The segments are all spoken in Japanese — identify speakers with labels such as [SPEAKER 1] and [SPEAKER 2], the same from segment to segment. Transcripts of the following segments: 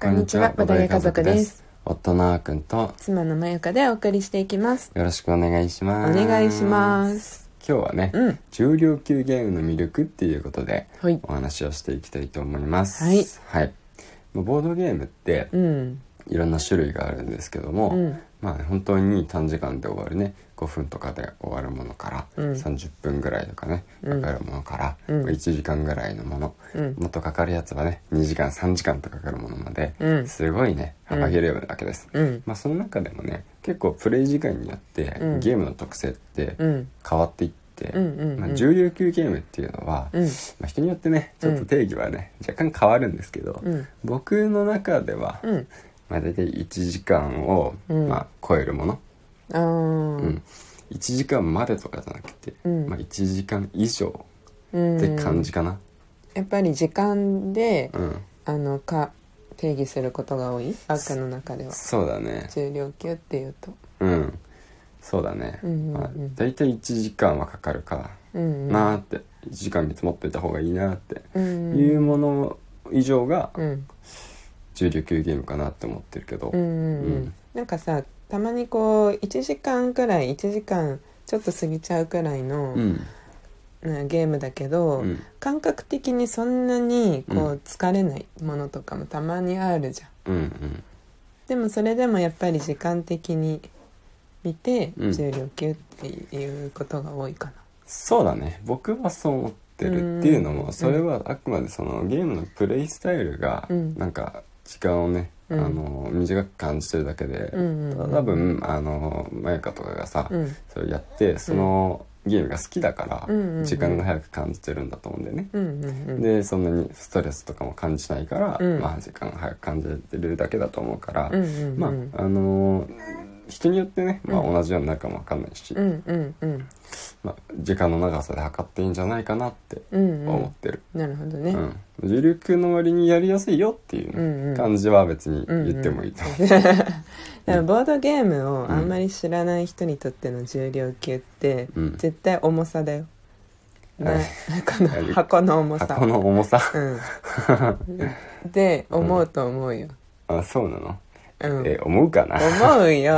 [SPEAKER 1] こんにちはボドゲ家族です。
[SPEAKER 2] 夫のあーくんと
[SPEAKER 1] 妻のまゆかでお送りしていきます
[SPEAKER 2] よろしくお願いし
[SPEAKER 1] お
[SPEAKER 2] ます。
[SPEAKER 1] 願いします
[SPEAKER 2] 今日はね、
[SPEAKER 1] うん
[SPEAKER 2] 重量級ゲームの魅力っていうことで
[SPEAKER 1] はい
[SPEAKER 2] お話をしていきたいと思います。
[SPEAKER 1] はい
[SPEAKER 2] まあボードゲームって
[SPEAKER 1] うん
[SPEAKER 2] いろんな種類があるんですけども、
[SPEAKER 1] うん
[SPEAKER 2] まあ本当に短時間で終わるね5分とかで終わるものから、
[SPEAKER 1] うん
[SPEAKER 2] 30分ぐらいとかね
[SPEAKER 1] う
[SPEAKER 2] か
[SPEAKER 1] ん
[SPEAKER 2] かるものから、
[SPEAKER 1] うん
[SPEAKER 2] 1時間ぐらいのもの、
[SPEAKER 1] うん
[SPEAKER 2] もっとかかるやつはね2時間3時間とかかるものまで、
[SPEAKER 1] うん
[SPEAKER 2] すごいね幅広いわけです、
[SPEAKER 1] うん
[SPEAKER 2] まあその中でもね結構プレイ時間によって、
[SPEAKER 1] うん
[SPEAKER 2] ゲームの特性って
[SPEAKER 1] うん
[SPEAKER 2] 変わっていって、
[SPEAKER 1] うんうんうん
[SPEAKER 2] まあ、重量級ゲームっていうのは、
[SPEAKER 1] うん
[SPEAKER 2] まあ、人によってねちょっと定義はね、若干変わるんですけど、
[SPEAKER 1] うん
[SPEAKER 2] 僕の中では、
[SPEAKER 1] うん
[SPEAKER 2] まあ、大体1時間を、
[SPEAKER 1] うん
[SPEAKER 2] まあ、超えるもの、
[SPEAKER 1] あー
[SPEAKER 2] うん1時間までとかじゃなくて、
[SPEAKER 1] うん
[SPEAKER 2] まあ、1時間以上
[SPEAKER 1] うん
[SPEAKER 2] って感じかな、
[SPEAKER 1] やっぱり時間で
[SPEAKER 2] うん
[SPEAKER 1] あのか定義することが多い赤の中では
[SPEAKER 2] そうだね
[SPEAKER 1] 重量級っていうと
[SPEAKER 2] うんそうだね、
[SPEAKER 1] うんうんうん
[SPEAKER 2] まあ、大体1時間はかかるか
[SPEAKER 1] うんうん
[SPEAKER 2] なーって、1時間見積もっといた方がいいなーって
[SPEAKER 1] うん
[SPEAKER 2] いうもの以上が
[SPEAKER 1] うん
[SPEAKER 2] 重力級ゲームかなって思ってるけど、
[SPEAKER 1] うんうんう
[SPEAKER 2] うんん
[SPEAKER 1] なんかさたまにこう1時間くらい1時間ちょっと過ぎちゃうくらいの、
[SPEAKER 2] うん
[SPEAKER 1] なゲームだけど、
[SPEAKER 2] うん
[SPEAKER 1] 感覚的にそんなにこ
[SPEAKER 2] う
[SPEAKER 1] う疲れないものとかもたまにあるじゃん、
[SPEAKER 2] うんうん
[SPEAKER 1] でもそれでもやっぱり時間的に見て
[SPEAKER 2] うん
[SPEAKER 1] 重量級っていうことが多いか
[SPEAKER 2] そうだね僕はそう思ってるっていうのもそれはあくまでそのゲームのプレイスタイルが
[SPEAKER 1] うん
[SPEAKER 2] なんか時間をね、
[SPEAKER 1] うん
[SPEAKER 2] あの短く感じてるだけで、
[SPEAKER 1] うんうんうん
[SPEAKER 2] 多分あのマユカとかがさ、
[SPEAKER 1] なうん
[SPEAKER 2] それやってそのゲームが好きだか
[SPEAKER 1] うんうんう
[SPEAKER 2] ら
[SPEAKER 1] ん
[SPEAKER 2] 時間が早く感じてるんだと思うんだよね。
[SPEAKER 1] うんうんうん
[SPEAKER 2] でそんなにストレスとかも感じないから、
[SPEAKER 1] うん
[SPEAKER 2] まあ時間が早く感じてるだけだと思うから、
[SPEAKER 1] うんうんうん
[SPEAKER 2] まああのー人によってね、まあ、
[SPEAKER 1] うん
[SPEAKER 2] 同じようになるかもわかんないし、
[SPEAKER 1] うんうんうん
[SPEAKER 2] まあ、時間の長さで測っていいんじゃないかなって
[SPEAKER 1] うんう
[SPEAKER 2] 思
[SPEAKER 1] ん
[SPEAKER 2] ってる、
[SPEAKER 1] なるほど
[SPEAKER 2] う
[SPEAKER 1] ね、
[SPEAKER 2] ん重力の割にやりやすいよってい
[SPEAKER 1] う
[SPEAKER 2] うね
[SPEAKER 1] んうん
[SPEAKER 2] 感じは別に言ってもいいと思う、
[SPEAKER 1] でもボードゲームをあんまり知らない人にとっての重量級って
[SPEAKER 2] うん
[SPEAKER 1] 絶対重さだよ、
[SPEAKER 2] は
[SPEAKER 1] ね
[SPEAKER 2] い、
[SPEAKER 1] この 箱の重さ
[SPEAKER 2] 箱の重さ
[SPEAKER 1] うん で思うと思うよ、
[SPEAKER 2] あそうなの、
[SPEAKER 1] うん
[SPEAKER 2] え思うかな
[SPEAKER 1] 思う よ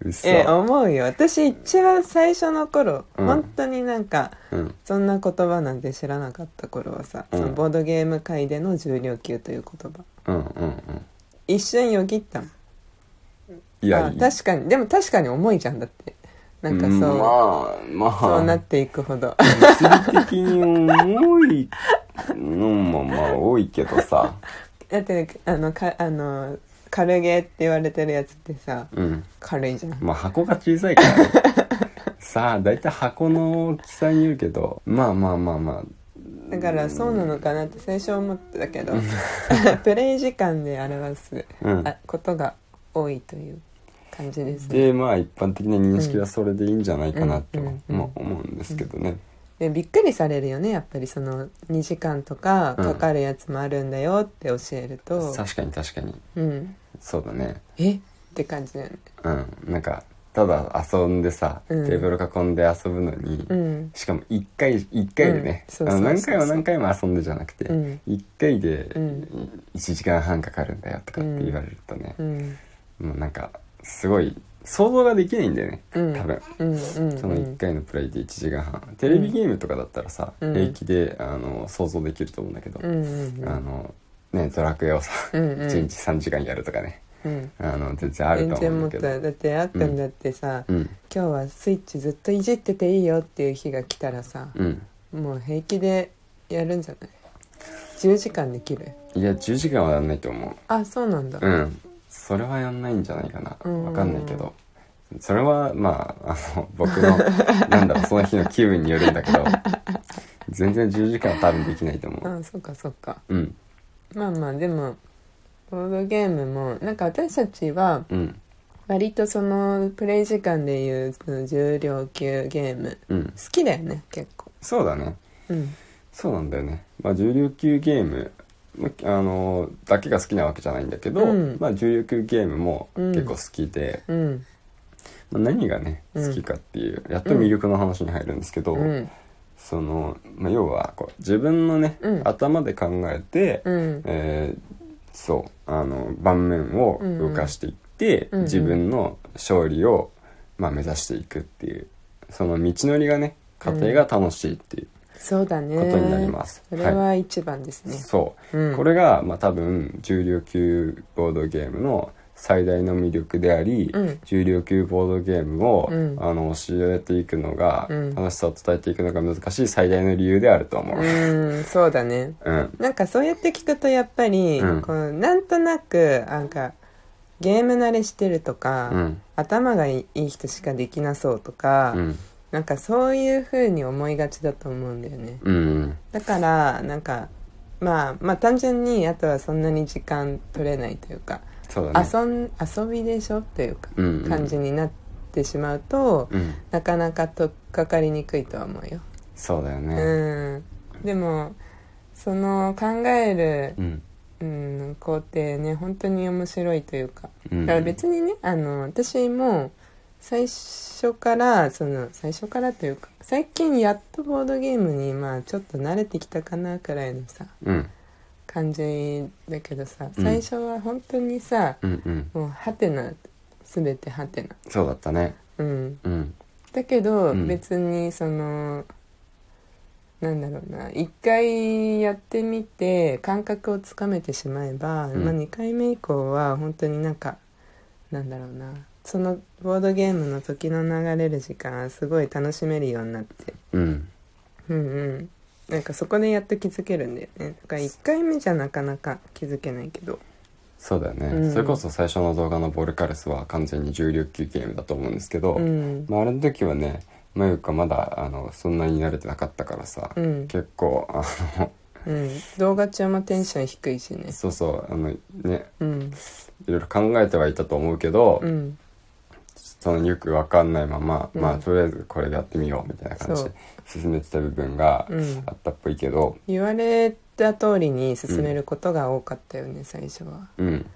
[SPEAKER 2] 嘘
[SPEAKER 1] え思うよ私一番最初の頃、
[SPEAKER 2] うん
[SPEAKER 1] 本当になんか
[SPEAKER 2] うん
[SPEAKER 1] そんな言葉なんて知らなかった頃はさ、
[SPEAKER 2] うん
[SPEAKER 1] そのボードゲーム界での重量級という言葉
[SPEAKER 2] うんうんうん
[SPEAKER 1] 一瞬よぎったもん
[SPEAKER 2] いや
[SPEAKER 1] あ
[SPEAKER 2] いい
[SPEAKER 1] 確かにでも確かに重いじゃんだってなんかそう、
[SPEAKER 2] うんまあまあ
[SPEAKER 1] そうなっていくほど
[SPEAKER 2] 物理的に重いのもまあ多いけど さ
[SPEAKER 1] だってあのかあの軽ゲーって言われてるやつってさ
[SPEAKER 2] うん
[SPEAKER 1] 軽いじゃん
[SPEAKER 2] まあ箱が小さ いからねさあ大体箱の大きさによるけどまあまあまあまあ
[SPEAKER 1] だからそうなのかなって最初思ってたけど プレイ時間で表す
[SPEAKER 2] うん
[SPEAKER 1] あことが多いという感じですね
[SPEAKER 2] でまあ一般的な認識はそれでいいんじゃないかな
[SPEAKER 1] う
[SPEAKER 2] と、
[SPEAKER 1] んうんうん
[SPEAKER 2] まあ、思うんですけどね、
[SPEAKER 1] でびっくりされるよねやっぱりその2時間とか
[SPEAKER 2] うん
[SPEAKER 1] かかるやつもあるんだよって教えると、
[SPEAKER 2] 確かに確かに
[SPEAKER 1] うん
[SPEAKER 2] そうだね
[SPEAKER 1] えって感じだよね
[SPEAKER 2] うんなんかただ遊んでさ、
[SPEAKER 1] うん
[SPEAKER 2] テーブル囲んで遊ぶのに、
[SPEAKER 1] うん
[SPEAKER 2] しかも一回一回でね、
[SPEAKER 1] うんそうそうそうそう
[SPEAKER 2] あの何回も何回も遊んでじゃなくて、
[SPEAKER 1] うん
[SPEAKER 2] 一回で
[SPEAKER 1] うん
[SPEAKER 2] 1時間半かかるんだよとかって言われるとね
[SPEAKER 1] う、ん
[SPEAKER 2] もうなんかすごい想像ができないんだよね、
[SPEAKER 1] うん
[SPEAKER 2] 多分
[SPEAKER 1] うんうん
[SPEAKER 2] その1回のプレイで1時間半、テレビゲームとかだったらさ、
[SPEAKER 1] うん
[SPEAKER 2] 平気であの想像できると思うんだけど、
[SPEAKER 1] うんうん
[SPEAKER 2] あのねドラクエをさ、
[SPEAKER 1] うんうん
[SPEAKER 2] 1日3時間やるとかね
[SPEAKER 1] うん
[SPEAKER 2] あの全然ある
[SPEAKER 1] 全
[SPEAKER 2] と
[SPEAKER 1] 然
[SPEAKER 2] 思う
[SPEAKER 1] も
[SPEAKER 2] ん
[SPEAKER 1] っ
[SPEAKER 2] だけ
[SPEAKER 1] と
[SPEAKER 2] ど
[SPEAKER 1] だってあっくんだってさ、
[SPEAKER 2] うん
[SPEAKER 1] 今日はスイッチずっといじってていいよっていう日が来たらさ、
[SPEAKER 2] うん
[SPEAKER 1] もう平気でやるんじゃない10時間できる
[SPEAKER 2] いや10時間はやんないと思う
[SPEAKER 1] あそうなんだ、
[SPEAKER 2] うんそれはやんないんじゃないかな
[SPEAKER 1] うん
[SPEAKER 2] わかんないけどそれはまああの僕 のなんだろうその日の気分によるんだけど全然10時間は多分できないと思う
[SPEAKER 1] あそっかそっか
[SPEAKER 2] うん
[SPEAKER 1] まあまあでもボードゲームもなんか私たちは
[SPEAKER 2] うん
[SPEAKER 1] 割とそのプレイ時間でいうその重量級ゲーム
[SPEAKER 2] うん
[SPEAKER 1] 好きだよね結構
[SPEAKER 2] そうだね
[SPEAKER 1] うん
[SPEAKER 2] そうなんだよねまあ重量級ゲームまあのだけが好きなわけじゃないんだけど、
[SPEAKER 1] うん
[SPEAKER 2] まあ重量級ゲームも結構好きで、
[SPEAKER 1] うん
[SPEAKER 2] まあ何がね
[SPEAKER 1] うん
[SPEAKER 2] 好きかっていう、やっと魅力の話に入るんですけど、
[SPEAKER 1] うん
[SPEAKER 2] その、まあ、要はこう自分のね、
[SPEAKER 1] うん
[SPEAKER 2] 頭で考えて、
[SPEAKER 1] うん
[SPEAKER 2] えーそうあの盤面を動かしていって、
[SPEAKER 1] うんうん
[SPEAKER 2] 自分の勝利を、まあ、目指していくっていうその道のりがね過程が楽しいっていう
[SPEAKER 1] そうだね
[SPEAKER 2] ことになります
[SPEAKER 1] それは一番ですね、
[SPEAKER 2] そう、
[SPEAKER 1] うん
[SPEAKER 2] これが、まあ、多分重量級ボードゲームの最大の魅力であり、
[SPEAKER 1] うん
[SPEAKER 2] 重量級ボードゲームを、
[SPEAKER 1] うん
[SPEAKER 2] あの教えていくのが、
[SPEAKER 1] うん
[SPEAKER 2] 楽しさを伝えていくのが難しい最大の理由であると思う。
[SPEAKER 1] うんそうだね
[SPEAKER 2] うん、
[SPEAKER 1] なんかそうやって聞くとやっぱり、
[SPEAKER 2] うん
[SPEAKER 1] こうなんとなくなんかゲーム慣れしてるとか、
[SPEAKER 2] うん、
[SPEAKER 1] 頭がいい人しかできなそうとか、
[SPEAKER 2] うん、
[SPEAKER 1] なんかそういう風に思いがちだと思うんだよね
[SPEAKER 2] うん、
[SPEAKER 1] だからなんかまあまあ単純にあとはそんなに時間取れないというか、
[SPEAKER 2] そうだね。
[SPEAKER 1] 遊ん遊びでしょというか、
[SPEAKER 2] うんうん
[SPEAKER 1] 感じになってしまうと、
[SPEAKER 2] うん、
[SPEAKER 1] なかなか取っかかりにくいとは思うよ、
[SPEAKER 2] そうだよ
[SPEAKER 1] う
[SPEAKER 2] ね。
[SPEAKER 1] ん、でもその考える
[SPEAKER 2] うん、
[SPEAKER 1] うん、工程ね本当に面白いというか
[SPEAKER 2] うん、
[SPEAKER 1] だから別にねあの私も最初からその最初からというか最近やっとボードゲームにまあちょっと慣れてきたかなくらいのさ
[SPEAKER 2] うん、
[SPEAKER 1] 感じだけどさ
[SPEAKER 2] うん
[SPEAKER 1] 最初は本当にさ、
[SPEAKER 2] うん、うん、
[SPEAKER 1] もうハテナ全てハテナ
[SPEAKER 2] そうだったね。
[SPEAKER 1] うん
[SPEAKER 2] うん、
[SPEAKER 1] だけど
[SPEAKER 2] うん
[SPEAKER 1] 別にその、なんだろうな1回やってみて感覚をつかめてしまえば、
[SPEAKER 2] うん
[SPEAKER 1] まあ、2回目以降は本当になんかなんだろうなそのボードゲームの時の流れる時間すごい楽しめるようになって
[SPEAKER 2] うん、
[SPEAKER 1] うんうんなんかそこでやっと気づけるんだよねだから1回目じゃなかなか気づけないけど
[SPEAKER 2] そうだよね、
[SPEAKER 1] うん
[SPEAKER 2] それこそ最初の動画のボルカルスは完全に重量級ゲームだと思うんですけど、
[SPEAKER 1] うん
[SPEAKER 2] まあ、あれの時はねまゆかまだあのそんなに慣れてなかったからさ、
[SPEAKER 1] うん、
[SPEAKER 2] 結構あの
[SPEAKER 1] うん、動画中もテンション低いしね
[SPEAKER 2] そうそうあのね
[SPEAKER 1] うん
[SPEAKER 2] いろいろ考えてはいたと思うけど、
[SPEAKER 1] うん
[SPEAKER 2] そのよくわかんないまま、
[SPEAKER 1] うん
[SPEAKER 2] まあとりあえずこれでやってみようみたいな感じで進めてた部分が
[SPEAKER 1] うん
[SPEAKER 2] あったっぽいけど
[SPEAKER 1] 言われた通りに進めることが多かったよね、最初は
[SPEAKER 2] うん、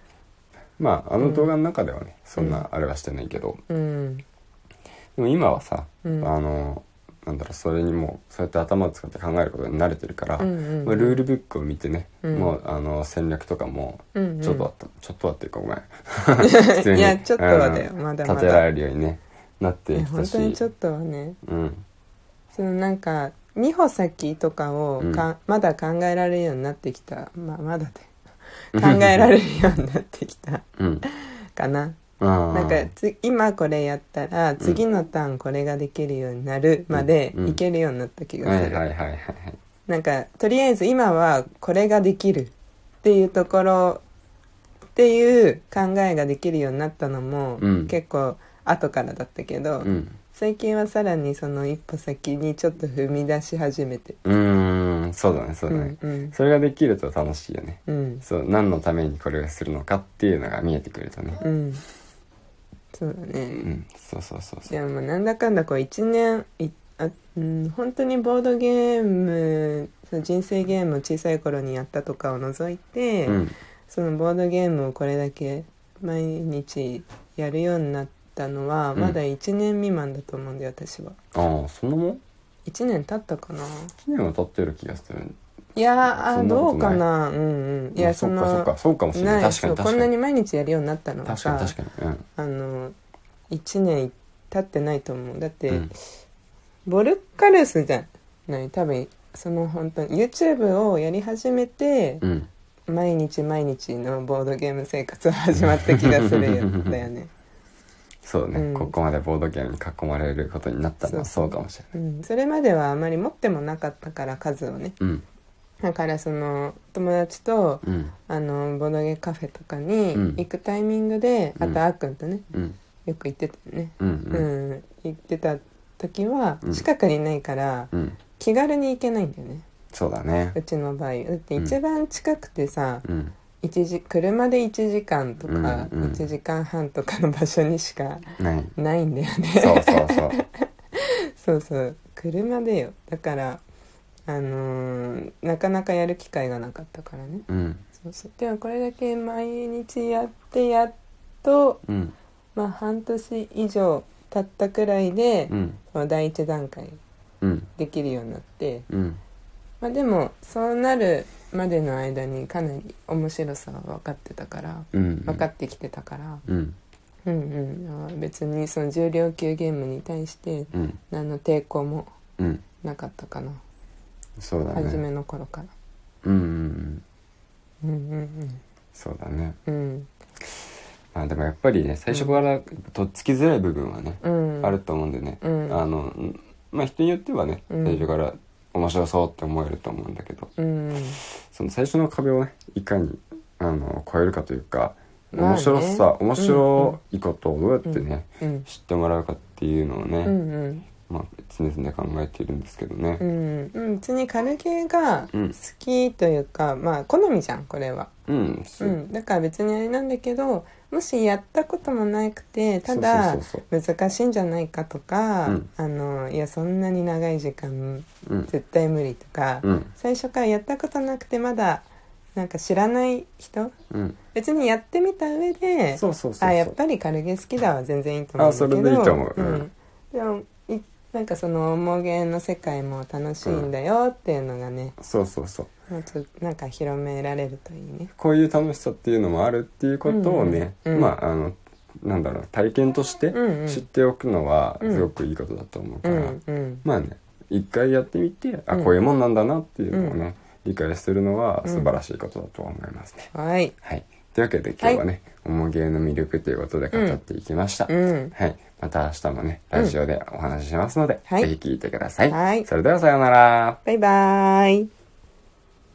[SPEAKER 2] まああの動画の中ではね、そんなあれはしてないけど
[SPEAKER 1] うん
[SPEAKER 2] でも今はさ、
[SPEAKER 1] うん
[SPEAKER 2] あのなんだろうそれにもうそうやって頭を使って考えることに慣れてるから、
[SPEAKER 1] うんうんうん
[SPEAKER 2] まあ、ルールブックを見てね、
[SPEAKER 1] うん
[SPEAKER 2] もうあの戦略とかも
[SPEAKER 1] うんうん
[SPEAKER 2] ちょっとはた、ちょっとはっていうかごめ ん普通に
[SPEAKER 1] いやちょっとはだよ
[SPEAKER 2] うん
[SPEAKER 1] まだまだ
[SPEAKER 2] 立てられるようにねなって
[SPEAKER 1] ね
[SPEAKER 2] きた
[SPEAKER 1] 本
[SPEAKER 2] し
[SPEAKER 1] 当にちょっとはね
[SPEAKER 2] うん
[SPEAKER 1] そのなんか2歩先とかをか、まだ考えられるようになってきたまあまだ で考えられるようになってきた
[SPEAKER 2] うん
[SPEAKER 1] かな
[SPEAKER 2] ああ
[SPEAKER 1] なんかつ今これやったら次のターンこれができるようになるまで
[SPEAKER 2] うん
[SPEAKER 1] いけるようになった気
[SPEAKER 2] は
[SPEAKER 1] がす
[SPEAKER 2] い
[SPEAKER 1] る、
[SPEAKER 2] はいはいはいはい
[SPEAKER 1] なんかとりあえず今はこれができるっていうところっていう考えができるようになったのも、
[SPEAKER 2] うん
[SPEAKER 1] 結構後からだったけど、
[SPEAKER 2] うん
[SPEAKER 1] 最近はさらにその一歩先にちょっと踏み出し始めて
[SPEAKER 2] うーんそうだねそうだね、
[SPEAKER 1] うんうん
[SPEAKER 2] それができると楽しいよね
[SPEAKER 1] うん
[SPEAKER 2] そう何のためにこれをするのかっていうのが見えてくるとね
[SPEAKER 1] うんそうだね、
[SPEAKER 2] うんそうそうそうそう
[SPEAKER 1] でもなんだかんだこう1年いあ、うん、本当にボードゲームその人生ゲームを小さい頃にやったとかを除いて、
[SPEAKER 2] うん
[SPEAKER 1] そのボードゲームをこれだけ毎日やるようになったのは
[SPEAKER 2] うん
[SPEAKER 1] まだ1年未満だと思うんだよ私は
[SPEAKER 2] ああそのもん
[SPEAKER 1] 1年経ったかな
[SPEAKER 2] 1年は経ってる気がする
[SPEAKER 1] いやー
[SPEAKER 2] そ
[SPEAKER 1] あ
[SPEAKER 2] んなこ
[SPEAKER 1] ど
[SPEAKER 2] と
[SPEAKER 1] う
[SPEAKER 2] ない
[SPEAKER 1] かなうんうんいや
[SPEAKER 2] まあ
[SPEAKER 1] そ
[SPEAKER 2] っかそっ
[SPEAKER 1] の
[SPEAKER 2] かそうかもしれな
[SPEAKER 1] な
[SPEAKER 2] い
[SPEAKER 1] い
[SPEAKER 2] 確か
[SPEAKER 1] そう
[SPEAKER 2] に
[SPEAKER 1] こん
[SPEAKER 2] 確
[SPEAKER 1] な
[SPEAKER 2] か
[SPEAKER 1] に
[SPEAKER 2] に
[SPEAKER 1] 毎日やるようになったのは
[SPEAKER 2] 確か
[SPEAKER 1] さ
[SPEAKER 2] に確かにうん
[SPEAKER 1] あの1年経ってないと思うだって、
[SPEAKER 2] うん
[SPEAKER 1] ボルカルスじゃない多分その本当に YouTube をやり始めて、
[SPEAKER 2] うん
[SPEAKER 1] 毎日毎日のボードゲーム生活は始まった気がする んだよね、
[SPEAKER 2] そうね、
[SPEAKER 1] うん
[SPEAKER 2] ここまでボードゲームに囲まれることになったのは
[SPEAKER 1] そ
[SPEAKER 2] そ
[SPEAKER 1] そ
[SPEAKER 2] う
[SPEAKER 1] う
[SPEAKER 2] うかもしれ
[SPEAKER 1] うん、それまではあまり持ってもなかったから数をね
[SPEAKER 2] ないうん
[SPEAKER 1] だからその友達と
[SPEAKER 2] うん
[SPEAKER 1] あのボードゲーカフェとかに
[SPEAKER 2] うん
[SPEAKER 1] 行くタイミングで、
[SPEAKER 2] うん
[SPEAKER 1] あとあーくんとね
[SPEAKER 2] うん
[SPEAKER 1] よく行ってたよね、
[SPEAKER 2] うん
[SPEAKER 1] う
[SPEAKER 2] うん
[SPEAKER 1] ん行ってた時は
[SPEAKER 2] うん
[SPEAKER 1] 近くにないから
[SPEAKER 2] うん
[SPEAKER 1] 気軽に行けないんだよね
[SPEAKER 2] そうだね
[SPEAKER 1] うちの場合だって一番近くてさ、
[SPEAKER 2] うん
[SPEAKER 1] 一時車で1時間とか
[SPEAKER 2] うんうん
[SPEAKER 1] 1時間半とかの場所にしか
[SPEAKER 2] ない
[SPEAKER 1] ないんだよね
[SPEAKER 2] そうそうそう
[SPEAKER 1] そうそう車でよだからあのーなかなかやる機会がなかったからね
[SPEAKER 2] うん
[SPEAKER 1] そうそうでもこれだけ毎日やってやっと
[SPEAKER 2] うん
[SPEAKER 1] まあ半年以上経ったくらいで
[SPEAKER 2] う、ん
[SPEAKER 1] その第一段階
[SPEAKER 2] ううん
[SPEAKER 1] できるようになって、
[SPEAKER 2] うん
[SPEAKER 1] まあ、でもそうなるまでの間にかなり面白さは分かってたから
[SPEAKER 2] うん
[SPEAKER 1] 分かってきてたから、
[SPEAKER 2] うん
[SPEAKER 1] うんうんあ別にその重量級ゲームに対して
[SPEAKER 2] うん
[SPEAKER 1] 何の抵抗も
[SPEAKER 2] うん
[SPEAKER 1] なかったかな、
[SPEAKER 2] そうだ
[SPEAKER 1] 初
[SPEAKER 2] ね
[SPEAKER 1] めの頃から。
[SPEAKER 2] うんうんう
[SPEAKER 1] うん
[SPEAKER 2] ん
[SPEAKER 1] うん
[SPEAKER 2] そうだね
[SPEAKER 1] うん
[SPEAKER 2] まあでもやっぱりね最初からとっつきづらい部分はね、
[SPEAKER 1] うんうん
[SPEAKER 2] あると思うんでね、
[SPEAKER 1] うん
[SPEAKER 2] あのんまあ人によってはね
[SPEAKER 1] うん
[SPEAKER 2] 最初から面白そうって思えると思うんだけど、
[SPEAKER 1] うん
[SPEAKER 2] その最初の壁をねいかにあの超えるかというか
[SPEAKER 1] まあね
[SPEAKER 2] 面白さ、面白いことをどうやってね、
[SPEAKER 1] うん
[SPEAKER 2] 知ってもらうかっていうのをね、
[SPEAKER 1] うんうん
[SPEAKER 2] まあ、常々考えているんですけどね、
[SPEAKER 1] うんうん、別にカルゲーが
[SPEAKER 2] うん
[SPEAKER 1] 好きというか、まあ好みじゃんこれは、
[SPEAKER 2] うん
[SPEAKER 1] う、
[SPEAKER 2] そうん
[SPEAKER 1] だから別にあれなんだけどもしやったこともなくてただ
[SPEAKER 2] そうそう
[SPEAKER 1] 難しいんじゃないかとか、
[SPEAKER 2] うん
[SPEAKER 1] あのいやそんなに長い時間
[SPEAKER 2] そうそう
[SPEAKER 1] 絶対無理とか、
[SPEAKER 2] うん
[SPEAKER 1] 最初からやったことなくてまだなんか知らない人
[SPEAKER 2] うんうん
[SPEAKER 1] 別にやってみた上で
[SPEAKER 2] そうそうそうそう
[SPEAKER 1] あやっぱり軽毛好きだは全然いいと思うんだけど
[SPEAKER 2] あそれでいいと思ううん
[SPEAKER 1] んでもいなんかその重げの世界も楽しいんだよっていうのがね、
[SPEAKER 2] そうそうそう
[SPEAKER 1] もうちょっとなんか広められるといいね
[SPEAKER 2] こういう楽しさっていうのもあるっていうことをね、
[SPEAKER 1] うんうん
[SPEAKER 2] まああのなんだろう体験として
[SPEAKER 1] うんうん
[SPEAKER 2] 知っておくのは
[SPEAKER 1] うん
[SPEAKER 2] すごくいいことだと思う
[SPEAKER 1] う
[SPEAKER 2] から、
[SPEAKER 1] んうん
[SPEAKER 2] まあね一回やってみてあ
[SPEAKER 1] うん
[SPEAKER 2] こういうもんなんだなっていうのをね、理解するのは
[SPEAKER 1] うん
[SPEAKER 2] 素晴らしいことだと思いますね。
[SPEAKER 1] はい
[SPEAKER 2] はい、というわけで今日はね「おもげの魅力」ということで語っていきました。
[SPEAKER 1] うん
[SPEAKER 2] はい、また明日もねラジオでお話ししますので、
[SPEAKER 1] はい
[SPEAKER 2] ぜひ聞いてください。
[SPEAKER 1] はい
[SPEAKER 2] それではさようなら。
[SPEAKER 1] バイバーイ